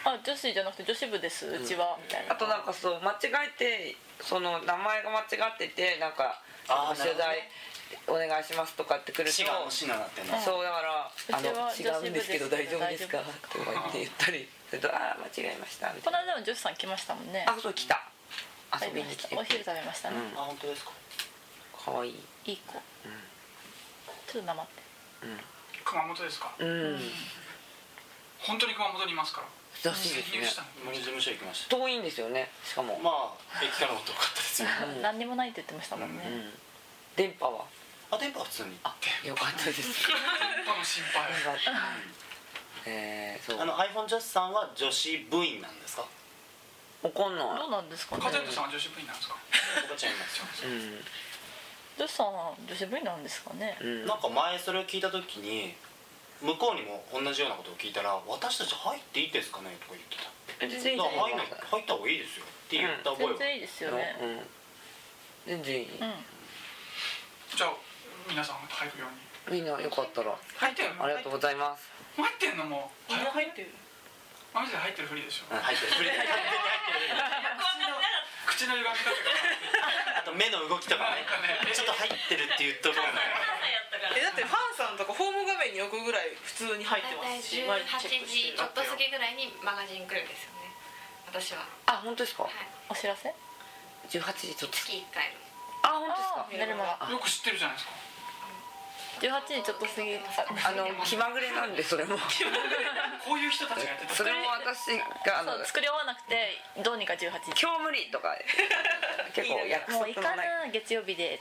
Speaker 3: あ女子じゃなくて女子部ですうちは、みたい な
Speaker 2: あとなんかそう間違えてその名前が間違っててなんか
Speaker 5: あー
Speaker 2: 取
Speaker 5: な
Speaker 2: 材お願いしますとかってくると
Speaker 5: 滋賀の市なってんの
Speaker 2: そうだから「あの
Speaker 3: うちは
Speaker 2: 違うんですけど
Speaker 3: 女子部
Speaker 2: 大
Speaker 3: です
Speaker 2: 丈夫ですか?」とか言って言ったりすると「ああ間違えました」みた
Speaker 3: こ
Speaker 2: い
Speaker 3: の
Speaker 2: な
Speaker 3: 間も女子さん来ましたもんね
Speaker 2: 「あそう来た遊
Speaker 3: 食べ
Speaker 2: び
Speaker 3: ま
Speaker 2: に
Speaker 3: し
Speaker 2: 来
Speaker 3: た
Speaker 2: て
Speaker 3: お」昼食べました
Speaker 2: う
Speaker 3: ね、
Speaker 2: ん
Speaker 5: あ本当ですか
Speaker 2: かわいい
Speaker 3: いい子、ちょっとなまって
Speaker 1: 熊本ですか
Speaker 2: うん
Speaker 1: 本当に熊本にいますから
Speaker 2: らしい
Speaker 1: 潜入
Speaker 2: で
Speaker 1: し
Speaker 2: す
Speaker 1: た
Speaker 2: ね
Speaker 1: の
Speaker 5: 森事務所行きまし
Speaker 2: 遠いんですよねしか
Speaker 5: た
Speaker 2: も
Speaker 5: まあ駅からも遠かったですよ
Speaker 2: うん
Speaker 3: 何にもないって言ってましたもんね、
Speaker 2: うん電波は
Speaker 5: あ電波は普通に
Speaker 2: あよかった です
Speaker 1: 電波の心配
Speaker 2: よかったえー、そ
Speaker 5: あの
Speaker 2: う
Speaker 5: iPhone 女子さんは女子部員なんですか
Speaker 2: 怒んない
Speaker 3: どうなんですかね
Speaker 1: カズエトさんは女子部員なんですか
Speaker 5: 僕はちゃんいますよ
Speaker 2: うん
Speaker 3: 女子さん女子部員なんですかね
Speaker 2: うん
Speaker 5: なんか前それを聞いた時に向こうにも同じようなことを聞いたら「私たち入っていいですかね?」とか言って
Speaker 2: 全
Speaker 5: た
Speaker 2: 然いい
Speaker 5: だ
Speaker 2: と
Speaker 5: から
Speaker 2: 思
Speaker 5: 入
Speaker 2: い
Speaker 5: ん
Speaker 2: ま
Speaker 5: ない
Speaker 2: す
Speaker 5: 入った方がいいですよって言った覚え
Speaker 3: 全
Speaker 5: は
Speaker 3: 然いいですよね
Speaker 2: うん全然いい
Speaker 3: うん、
Speaker 1: じゃあ皆さん入るように
Speaker 2: みんなよかったら
Speaker 1: 入ってる
Speaker 2: あ
Speaker 1: の
Speaker 2: りがとうございます
Speaker 1: 入ってんのもう
Speaker 8: みんな入ってる
Speaker 1: マジで入ってるふりでしょ
Speaker 5: うん入ってる 入ってる入ってる入って
Speaker 1: 口の歪みだけが
Speaker 5: るあと目の動きとか
Speaker 1: な
Speaker 5: ね
Speaker 1: んかね
Speaker 5: ちょっと入ってるって言っとくから
Speaker 8: えだってファンさんとかホーム画面に置くぐらい普通に入ってま
Speaker 7: 大
Speaker 8: すし
Speaker 7: 体
Speaker 8: 毎日チェッ
Speaker 7: 18
Speaker 8: クし
Speaker 7: 時
Speaker 8: て
Speaker 7: ちょっと過ぎぐらいにマガジン来るんですよね私は
Speaker 2: あ本当ですか
Speaker 7: はい
Speaker 3: お知らせ
Speaker 2: 18時ちょっと
Speaker 7: 月1回の
Speaker 2: あ本
Speaker 3: あ
Speaker 2: 当
Speaker 3: 寝る
Speaker 2: です
Speaker 3: 間
Speaker 2: か
Speaker 3: が
Speaker 1: よく知ってるじゃないですか
Speaker 3: 18時ちょっと過ぎあ
Speaker 2: あの 気まぐれなんでそれも
Speaker 1: こういう人たちがやってた
Speaker 2: それも私があの
Speaker 3: そう作り終わらなくてどうにか18時
Speaker 2: 今日無理と か結構約
Speaker 3: も
Speaker 2: 束
Speaker 3: う行
Speaker 2: の
Speaker 3: か
Speaker 2: ない
Speaker 3: な月曜日で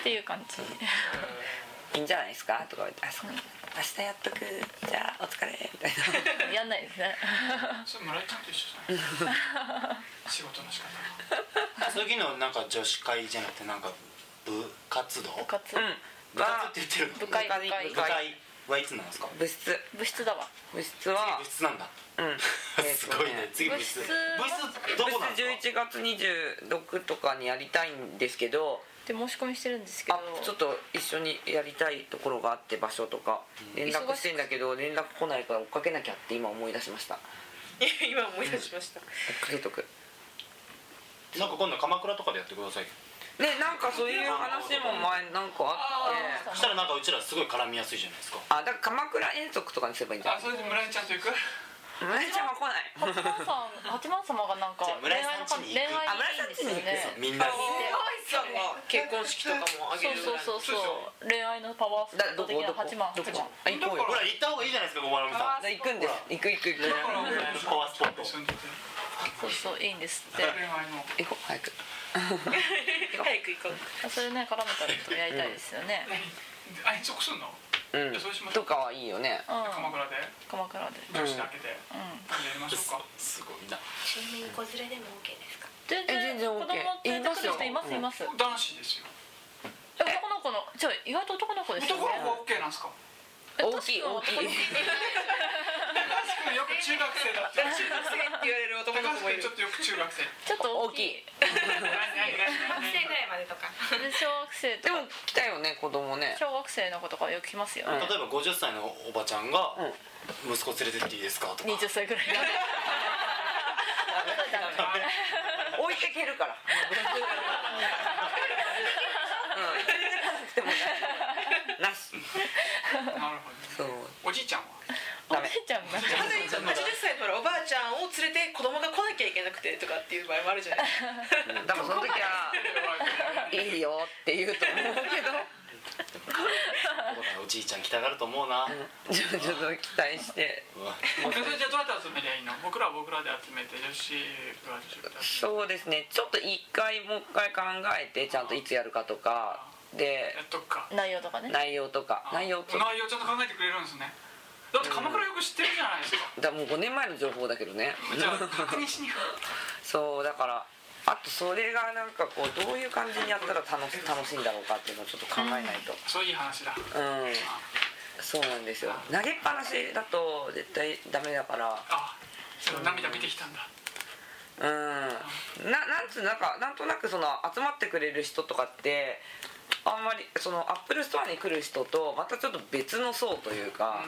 Speaker 3: っていう感じ
Speaker 2: いいんじゃないですかとか言ってあそうか明日やっとくじゃあお疲れみたいな
Speaker 3: やんないですね
Speaker 1: それ村井ちゃんと一緒じゃないですか仕事の仕方
Speaker 5: 次のなんか女子会じゃなくてなんか部活動
Speaker 3: 部活
Speaker 2: うん
Speaker 5: 部活
Speaker 2: は
Speaker 5: って言ってるの
Speaker 3: 部会
Speaker 2: 部会部
Speaker 3: 部会
Speaker 5: 部会はいつなんですか
Speaker 2: 部室
Speaker 3: 部室だわ
Speaker 2: 部室は
Speaker 5: 部室なんだ
Speaker 2: うんえーとね
Speaker 5: すごいね次部室
Speaker 3: 部
Speaker 5: 部
Speaker 3: 室
Speaker 5: 室どこな
Speaker 2: 部
Speaker 5: ん
Speaker 2: 室
Speaker 5: ですか
Speaker 2: 11月26とかにやりたいんですけど
Speaker 3: で申し込みしてるんですけど
Speaker 2: あちょっと一緒にやりたいところがあって場所とか連絡してんだけど連絡来ないから追っかけなきゃって今思い出しました
Speaker 8: いや今思い出しました
Speaker 2: 追っかけとく
Speaker 5: なんか今度鎌倉とかでやってください
Speaker 2: ねなんかそういう話も前なんかあって
Speaker 5: そしたらなんかうちらすごい絡みやすいじゃないですか
Speaker 2: あだから鎌倉遠足とかにすればいいんじゃ
Speaker 1: あ
Speaker 2: ない
Speaker 1: それで村井ちゃんと行く
Speaker 2: 村井ちゃんは来
Speaker 3: 八
Speaker 2: ない
Speaker 3: 幡さん八幡様がなんか
Speaker 5: じゃあ
Speaker 3: 恋
Speaker 5: 村井
Speaker 3: 愛
Speaker 5: さん
Speaker 3: の
Speaker 5: 家
Speaker 3: 感
Speaker 5: に行く
Speaker 3: 恋愛いいんですよね
Speaker 5: みんなで
Speaker 8: さんが結婚式とかもあげ
Speaker 3: そ
Speaker 8: る
Speaker 3: う
Speaker 8: ぐらい
Speaker 3: そうそうそう恋愛のパワースポ
Speaker 2: だから
Speaker 3: ッ
Speaker 2: ど
Speaker 3: ト
Speaker 2: こ
Speaker 3: 的
Speaker 2: ど
Speaker 3: な
Speaker 2: こ
Speaker 3: 八幡
Speaker 2: ど
Speaker 3: 八
Speaker 2: こ
Speaker 3: 幡
Speaker 2: あ行こうよ
Speaker 5: ほら行った方がいいじゃないですかごまなみさん
Speaker 2: 行くんです行く行く行く
Speaker 1: だから俺
Speaker 5: パワースポット
Speaker 1: 一緒に行って
Speaker 3: そうそういいんです って
Speaker 1: 恋愛の
Speaker 2: 行こう早く
Speaker 8: 早く行こう
Speaker 3: それね絡めたりとかやりたいですよね
Speaker 1: あ遠足すんの
Speaker 2: うん
Speaker 1: そうしましょ
Speaker 2: と
Speaker 1: う
Speaker 2: かはいいよね
Speaker 3: うん
Speaker 1: 鎌倉で
Speaker 3: 鎌倉で
Speaker 1: 女子だけでや
Speaker 3: うん
Speaker 1: りましょうか
Speaker 5: すごいな
Speaker 7: ちなみに子連れでも OK ですか
Speaker 3: 全
Speaker 2: え全然
Speaker 3: 然
Speaker 2: OK
Speaker 3: 子供連れてくる人いますいますえ
Speaker 1: 男子ですよ
Speaker 3: 男の子のちょ意外と男の子です
Speaker 1: 男
Speaker 3: よね
Speaker 1: の子は OK なんですか
Speaker 2: 大きい
Speaker 3: 確
Speaker 2: 大
Speaker 3: か
Speaker 2: き
Speaker 3: に
Speaker 2: い
Speaker 1: 確かによく中学生だって
Speaker 8: 中学生って言われる男の
Speaker 1: 高橋
Speaker 8: 子もい
Speaker 1: 君
Speaker 8: る
Speaker 1: ちょっとよく中学生
Speaker 3: ちょっと
Speaker 2: 大
Speaker 3: 大
Speaker 2: き
Speaker 3: き
Speaker 2: い
Speaker 3: い
Speaker 1: 何何
Speaker 7: 学
Speaker 1: 何
Speaker 7: 生ぐらいまでとか
Speaker 3: で小学生
Speaker 2: で
Speaker 3: と
Speaker 2: も
Speaker 3: か
Speaker 2: 来たよね子供ね
Speaker 3: 小学生の子とかよく来ますよ
Speaker 2: うん
Speaker 5: 例えば50歳のおばちゃんが「息子連れてっていいですか?」とか
Speaker 3: 20歳ぐらいの
Speaker 2: 置いてけるから。うん、置いてかなくても大丈なし
Speaker 1: なるほど
Speaker 2: そう
Speaker 1: おじいちゃんは
Speaker 3: お
Speaker 2: ダメ
Speaker 3: じいちゃんが
Speaker 8: まだ80歳のほらおばあちゃんを連れて子供が来なきゃいけなくてとかっていう場合もあるじゃないですか
Speaker 2: うんでもその時は「いいよ」って言うと思うけど
Speaker 5: おじいちゃん来たがると思うな、
Speaker 2: ちょちょっと期待して
Speaker 5: うわ
Speaker 1: それじゃあどうやって集めりゃいいの僕らは僕らで集めて女子は女子で集めて
Speaker 2: そうですねちょっと一回もう一回考えてちゃんといつやるかとかで
Speaker 1: やっとくか
Speaker 3: 内容とかね
Speaker 2: 内容とか内容とか
Speaker 1: 内容ちゃんと考えてくれるんですねだって鎌倉よく知ってるじゃないですか
Speaker 2: だからもう5年前の情報だけどね
Speaker 1: じゃあ確認しに行く
Speaker 2: そうだからあとそれがなんかこうどういう感じにやったら楽し楽しいんだろうかっていうのをちょっと考えないと
Speaker 1: そういい話だ
Speaker 2: うん、そうなんですよ投げっぱなしだと絶対ダメだから
Speaker 1: あそう涙見てきたんだ
Speaker 2: うんななんつうなんかなんとなくその集まってくれる人とかってあんまりそのアップルストアに来る人とまたちょっと別の層というか、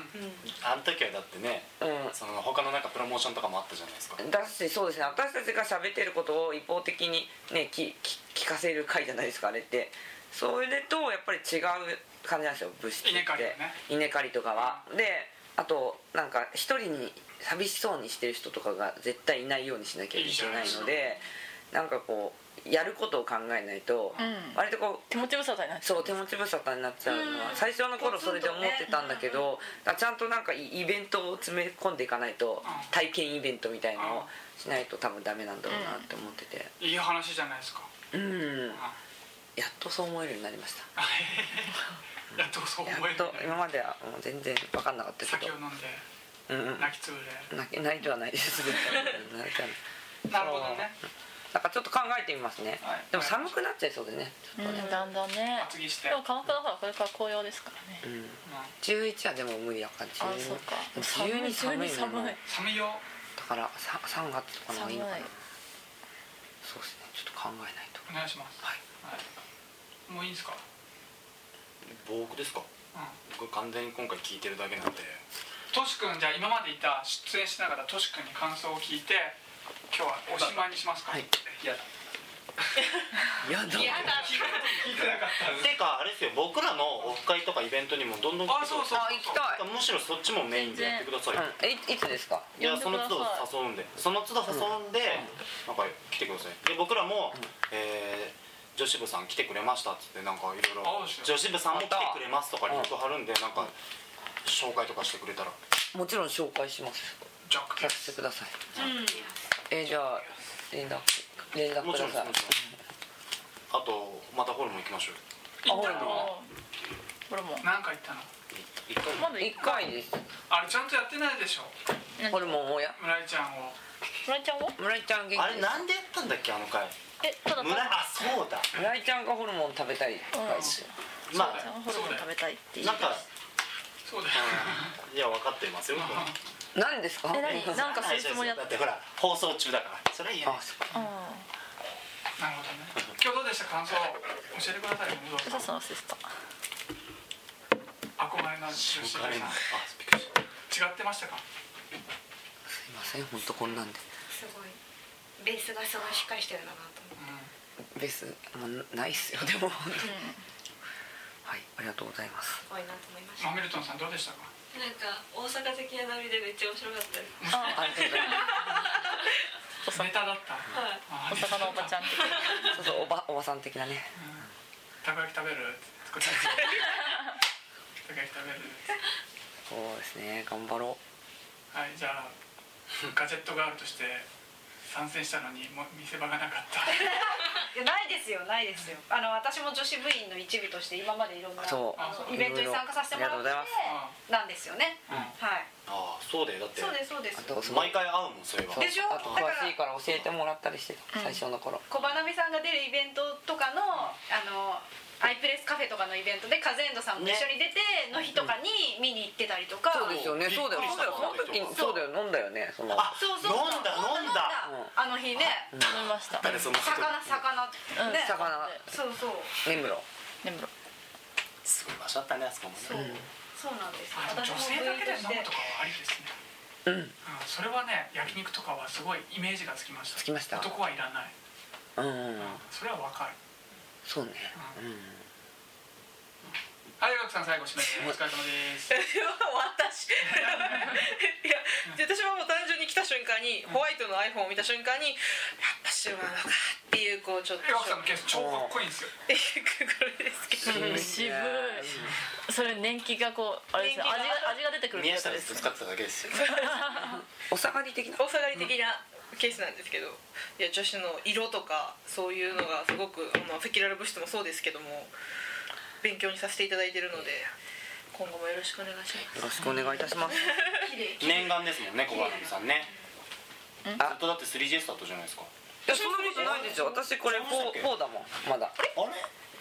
Speaker 5: あの時はだってね
Speaker 2: うん、
Speaker 5: その他のなんかプロモーションとかもあったじゃないですか
Speaker 2: だしそうですね私たちが喋ってることを一方的にねきき聞かせる回じゃないですかあれってそれとやっぱり違う感じなんですよ物質って
Speaker 1: 稲刈りはね
Speaker 2: 稲刈りとかはであとなんか一人に寂しそうにしてる人とかが絶対いないようにしなきゃいけないのでなんかこうやることを考えないと、
Speaker 3: うん
Speaker 2: 割とこう
Speaker 3: 手持ち無沙汰になっちゃ
Speaker 2: そう手持ち無沙汰になっちゃうのは最初の頃それで思ってたんだけどだからちゃんとなんかイイベントを詰め込んでいかないと
Speaker 1: うん
Speaker 2: 体験イベントみたいの
Speaker 1: う
Speaker 2: をしないと多分ダメなんだろうなって思ってて
Speaker 1: いい話じゃないですか
Speaker 2: うん
Speaker 1: あ
Speaker 2: やっとそう思えるようになりました
Speaker 1: やっとそう思
Speaker 2: や
Speaker 1: える
Speaker 2: っと今まではもう全然分かんなかったけ
Speaker 1: 酒
Speaker 2: ど
Speaker 1: を飲んで
Speaker 2: うんうん
Speaker 1: 泣きつぶ
Speaker 2: 泣け泣いてはないです絶対うん泣いてはない
Speaker 1: れなるほどね
Speaker 2: なんかちょっと考えてみますね
Speaker 1: はい
Speaker 2: でも寒くなっちゃいそうでね
Speaker 3: う、うん、だんだんね
Speaker 1: 厚着して
Speaker 3: でも鎌倉ほらこれから紅葉ですから
Speaker 2: う
Speaker 3: ね
Speaker 2: ん
Speaker 1: うん
Speaker 2: 11はでも無理だから
Speaker 3: あそうか
Speaker 2: 12 12寒いもんな
Speaker 3: 寒
Speaker 1: 寒い
Speaker 3: い
Speaker 1: よ
Speaker 2: だからさ3月とかの方が
Speaker 3: 寒
Speaker 2: い
Speaker 3: い
Speaker 2: いのかなそうですねちょっと考えないと
Speaker 1: お願いします
Speaker 2: はい
Speaker 1: はいもういいんですか
Speaker 5: 僕ですか
Speaker 1: うん
Speaker 5: 僕完全に今回聞いてるだけなんで
Speaker 1: トシ君じゃあ今までいた出演しながらトシ君に感想を聞いて今日はおしまいにしますか
Speaker 2: はい
Speaker 1: いやだ
Speaker 2: やだ
Speaker 1: 聞いてなかった
Speaker 5: てかあれですよ僕らのオフ会とかイベントにもどんどん
Speaker 1: あ
Speaker 5: 来て
Speaker 1: そうそう
Speaker 2: あ行きたい、
Speaker 5: むしろそっちもメインでやってくださいよ
Speaker 2: うん、えいつですか
Speaker 5: いや
Speaker 3: 呼
Speaker 5: そ
Speaker 3: んで
Speaker 5: の
Speaker 3: ください
Speaker 5: 都度誘うんでその都度誘うんで、なんか来てくださいで僕らも、えー女子部さん来てくれましたっつってなんかいろいろ
Speaker 1: あそうです
Speaker 5: 女子部さんも来てくれますとかリンク貼るんでなんか紹介とかしてくれたら
Speaker 2: もちろん紹介します
Speaker 1: ジャック
Speaker 2: 聞かせてください、えじゃあ連絡連絡
Speaker 5: も
Speaker 2: く
Speaker 5: ちろ
Speaker 2: だ
Speaker 5: んです
Speaker 2: さい
Speaker 5: もちろんあとまたホルモン行きましょう
Speaker 1: 行ったの
Speaker 3: これも
Speaker 1: なんか言ったの
Speaker 5: い一回
Speaker 3: まだ
Speaker 2: 一回です
Speaker 1: あれちゃんとやってないでしょ
Speaker 2: ホルモンをや
Speaker 1: 村井ちゃんを
Speaker 3: 村井ちゃんは
Speaker 2: 村井ちゃん元
Speaker 5: あ
Speaker 2: 気
Speaker 5: れ
Speaker 2: です
Speaker 5: なんでやったんだっけあの回
Speaker 3: えただ
Speaker 5: 村あそうだ
Speaker 2: 村井ちゃんがホルモン食べたいとかですよ
Speaker 5: ま
Speaker 3: 村井ちゃん
Speaker 5: あ
Speaker 3: はホルモン食べたいっていう
Speaker 5: なんか
Speaker 1: そうだよ
Speaker 5: いや分かってますよ
Speaker 2: 何ですか
Speaker 3: え何なんかそういうつもりだっ
Speaker 5: だってほら放送中だからそれは言えない
Speaker 2: あ
Speaker 5: です
Speaker 2: そっか
Speaker 3: たうん
Speaker 1: なるほどね今日どうでした感想教えてくださいよどう
Speaker 3: じ
Speaker 1: ぞ
Speaker 3: ゃあそのアシスタント
Speaker 1: 憧れの女子
Speaker 5: 紹
Speaker 1: さん
Speaker 5: 介
Speaker 1: 違
Speaker 5: なあびっくりした
Speaker 1: ってましたか
Speaker 2: すいません本当こんなんです
Speaker 7: ごいベースがすごいしっかりしてるんだなと思って
Speaker 1: う
Speaker 2: ベースもうないっすよでも本当にはいありがとうございます
Speaker 7: すごいなと思いました
Speaker 1: んマミルトンさんどうでしたか
Speaker 9: なんか大阪的なノリでめっちゃ面白かったです
Speaker 2: ありがとうございま
Speaker 1: ネタだった
Speaker 9: はい
Speaker 1: あ
Speaker 3: 大阪のおばちゃん的な
Speaker 2: すそうそうおばおばさん的なね
Speaker 1: たこ焼き食べる作ってたこ焼き食べる
Speaker 2: そうですね頑張ろう
Speaker 1: はいじゃあガジェットガールとして参戦したのにもう見せ場がなかった
Speaker 4: いやないですよないですよあの私も女子部員の一部として今までいろんな
Speaker 2: そう
Speaker 4: あのイベントに参加させてもらって
Speaker 2: ありがとうございます
Speaker 4: なんですよね、
Speaker 1: うん
Speaker 4: はい
Speaker 5: ああそうだよだって
Speaker 4: そうですそうです
Speaker 2: あとその
Speaker 5: 毎回会うもんそういえば
Speaker 2: そう
Speaker 4: でしょ
Speaker 2: あと詳しいから教えてもらったりしてた、最初の頃
Speaker 4: 小花見さんが出るイベントとかのあのアイプレスカフェとかのイベントでカズエンドさんも一緒に出ての日とかに見に行ってたりとか、
Speaker 2: そうですよね
Speaker 5: びっ
Speaker 2: そうだよ
Speaker 5: くり
Speaker 2: そ
Speaker 5: し
Speaker 2: うだよその時にそう
Speaker 5: た
Speaker 2: だよ飲んだよねその
Speaker 5: あ
Speaker 4: そうそうそう
Speaker 5: 飲んだ飲んだ
Speaker 2: うん
Speaker 4: あの日ね
Speaker 3: 飲みました
Speaker 5: 誰その人
Speaker 4: 魚魚
Speaker 3: うん
Speaker 4: ね
Speaker 2: 魚
Speaker 4: そうそう
Speaker 2: 根室
Speaker 3: 根室
Speaker 5: すごい場所だったねあそこも
Speaker 4: そう、
Speaker 5: ね
Speaker 4: そうなんですよ
Speaker 1: あでも
Speaker 4: 私
Speaker 1: 女性
Speaker 4: も部
Speaker 1: だけで
Speaker 4: 員として
Speaker 1: 飲むとかはありですね
Speaker 2: うん
Speaker 1: うんそれはね焼肉とかはすごいイメージがつきました
Speaker 2: つきました
Speaker 1: 男はいらない
Speaker 2: うん
Speaker 1: それはわかる
Speaker 2: そうね
Speaker 1: はい、岩城さん最後締めでお疲れ様です。
Speaker 8: 私いやで私はもう単純に来た瞬間にホワイトの iPhone を見た瞬間にやっぱ白なのかっていうこうちょっと
Speaker 1: 岩城さんのケース超かっこいいんですよ。
Speaker 8: え
Speaker 3: うん
Speaker 8: これですけど
Speaker 3: 渋いそれ年季がこうあれですね味が味が出てくるって
Speaker 5: 宮
Speaker 3: こと
Speaker 5: 下で
Speaker 3: で
Speaker 5: ぶ
Speaker 3: す
Speaker 5: つかってただけですよ
Speaker 2: お下がり的な
Speaker 8: 大下がり的なケースなんですけどいや女子の色とかそういうのがすごく、まあ、セキュラル物質もそうですけども勉強にさせていただいてるので今後もよろしくお願いしま
Speaker 2: よ
Speaker 8: す
Speaker 2: ろしくお願いいたします
Speaker 5: 念願ですもんね小金さんねず
Speaker 2: あ
Speaker 5: っとだって 3GS だったじゃないですか
Speaker 2: いやそんなことないですよ私これフォーフォーだもんまだ
Speaker 5: あれ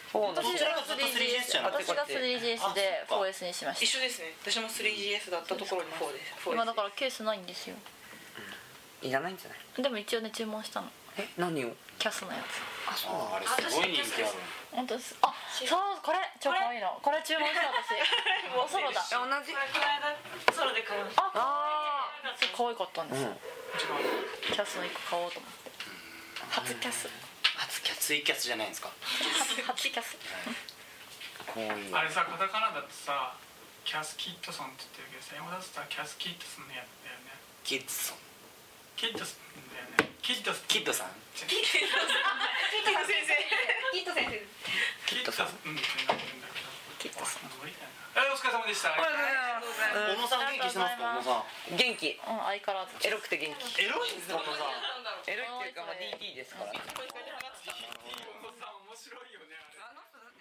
Speaker 2: フォーの
Speaker 5: こちらがずっと 3GS じゃなくて
Speaker 3: 私が 3GS で
Speaker 5: あそっか
Speaker 3: 4S にしま
Speaker 8: 一
Speaker 3: し
Speaker 8: 緒ですね私も 3GS だったところに4です
Speaker 3: た今
Speaker 8: 4です
Speaker 3: だからケースないんですよ
Speaker 2: いらないんじゃない
Speaker 3: でも一応ね注文したの
Speaker 2: え何を
Speaker 3: キャスのやつ
Speaker 5: ああれすごい人気ある
Speaker 3: 本当ですあそうこれ超可愛いのこれ注文した私 おそろだ
Speaker 2: 同じ
Speaker 9: この間ソロで買いました
Speaker 3: あ可愛い可愛かったんですよ、キャスの一個買おうと思って初キャス
Speaker 5: 初キャツイキャスじゃないんですか
Speaker 3: 初キャス
Speaker 2: こういう
Speaker 1: あれさ、カタカナだとさ、キャス・キットソンって言ってるけど、英語だとさ、キャス・キットソンのやつだよね。
Speaker 5: キッズソン
Speaker 1: キッドソンだよね。キッドソン。
Speaker 5: キッドさん
Speaker 8: 先生
Speaker 4: キット先生です
Speaker 1: キッドソンってなってるんだけど。キッドソン。無理だよな。え、お疲れ様でした。
Speaker 5: 小野さん元気してま
Speaker 3: ありがとうござい
Speaker 5: すか
Speaker 3: ま
Speaker 5: 小野
Speaker 3: す
Speaker 5: さん
Speaker 2: 元気
Speaker 3: うん相変わらず
Speaker 2: エロくて元気
Speaker 5: エロいんですか小野さん
Speaker 2: エロいっていうかまあ DT ですから
Speaker 1: キッドソン面白いよね。あれ
Speaker 2: あの人だって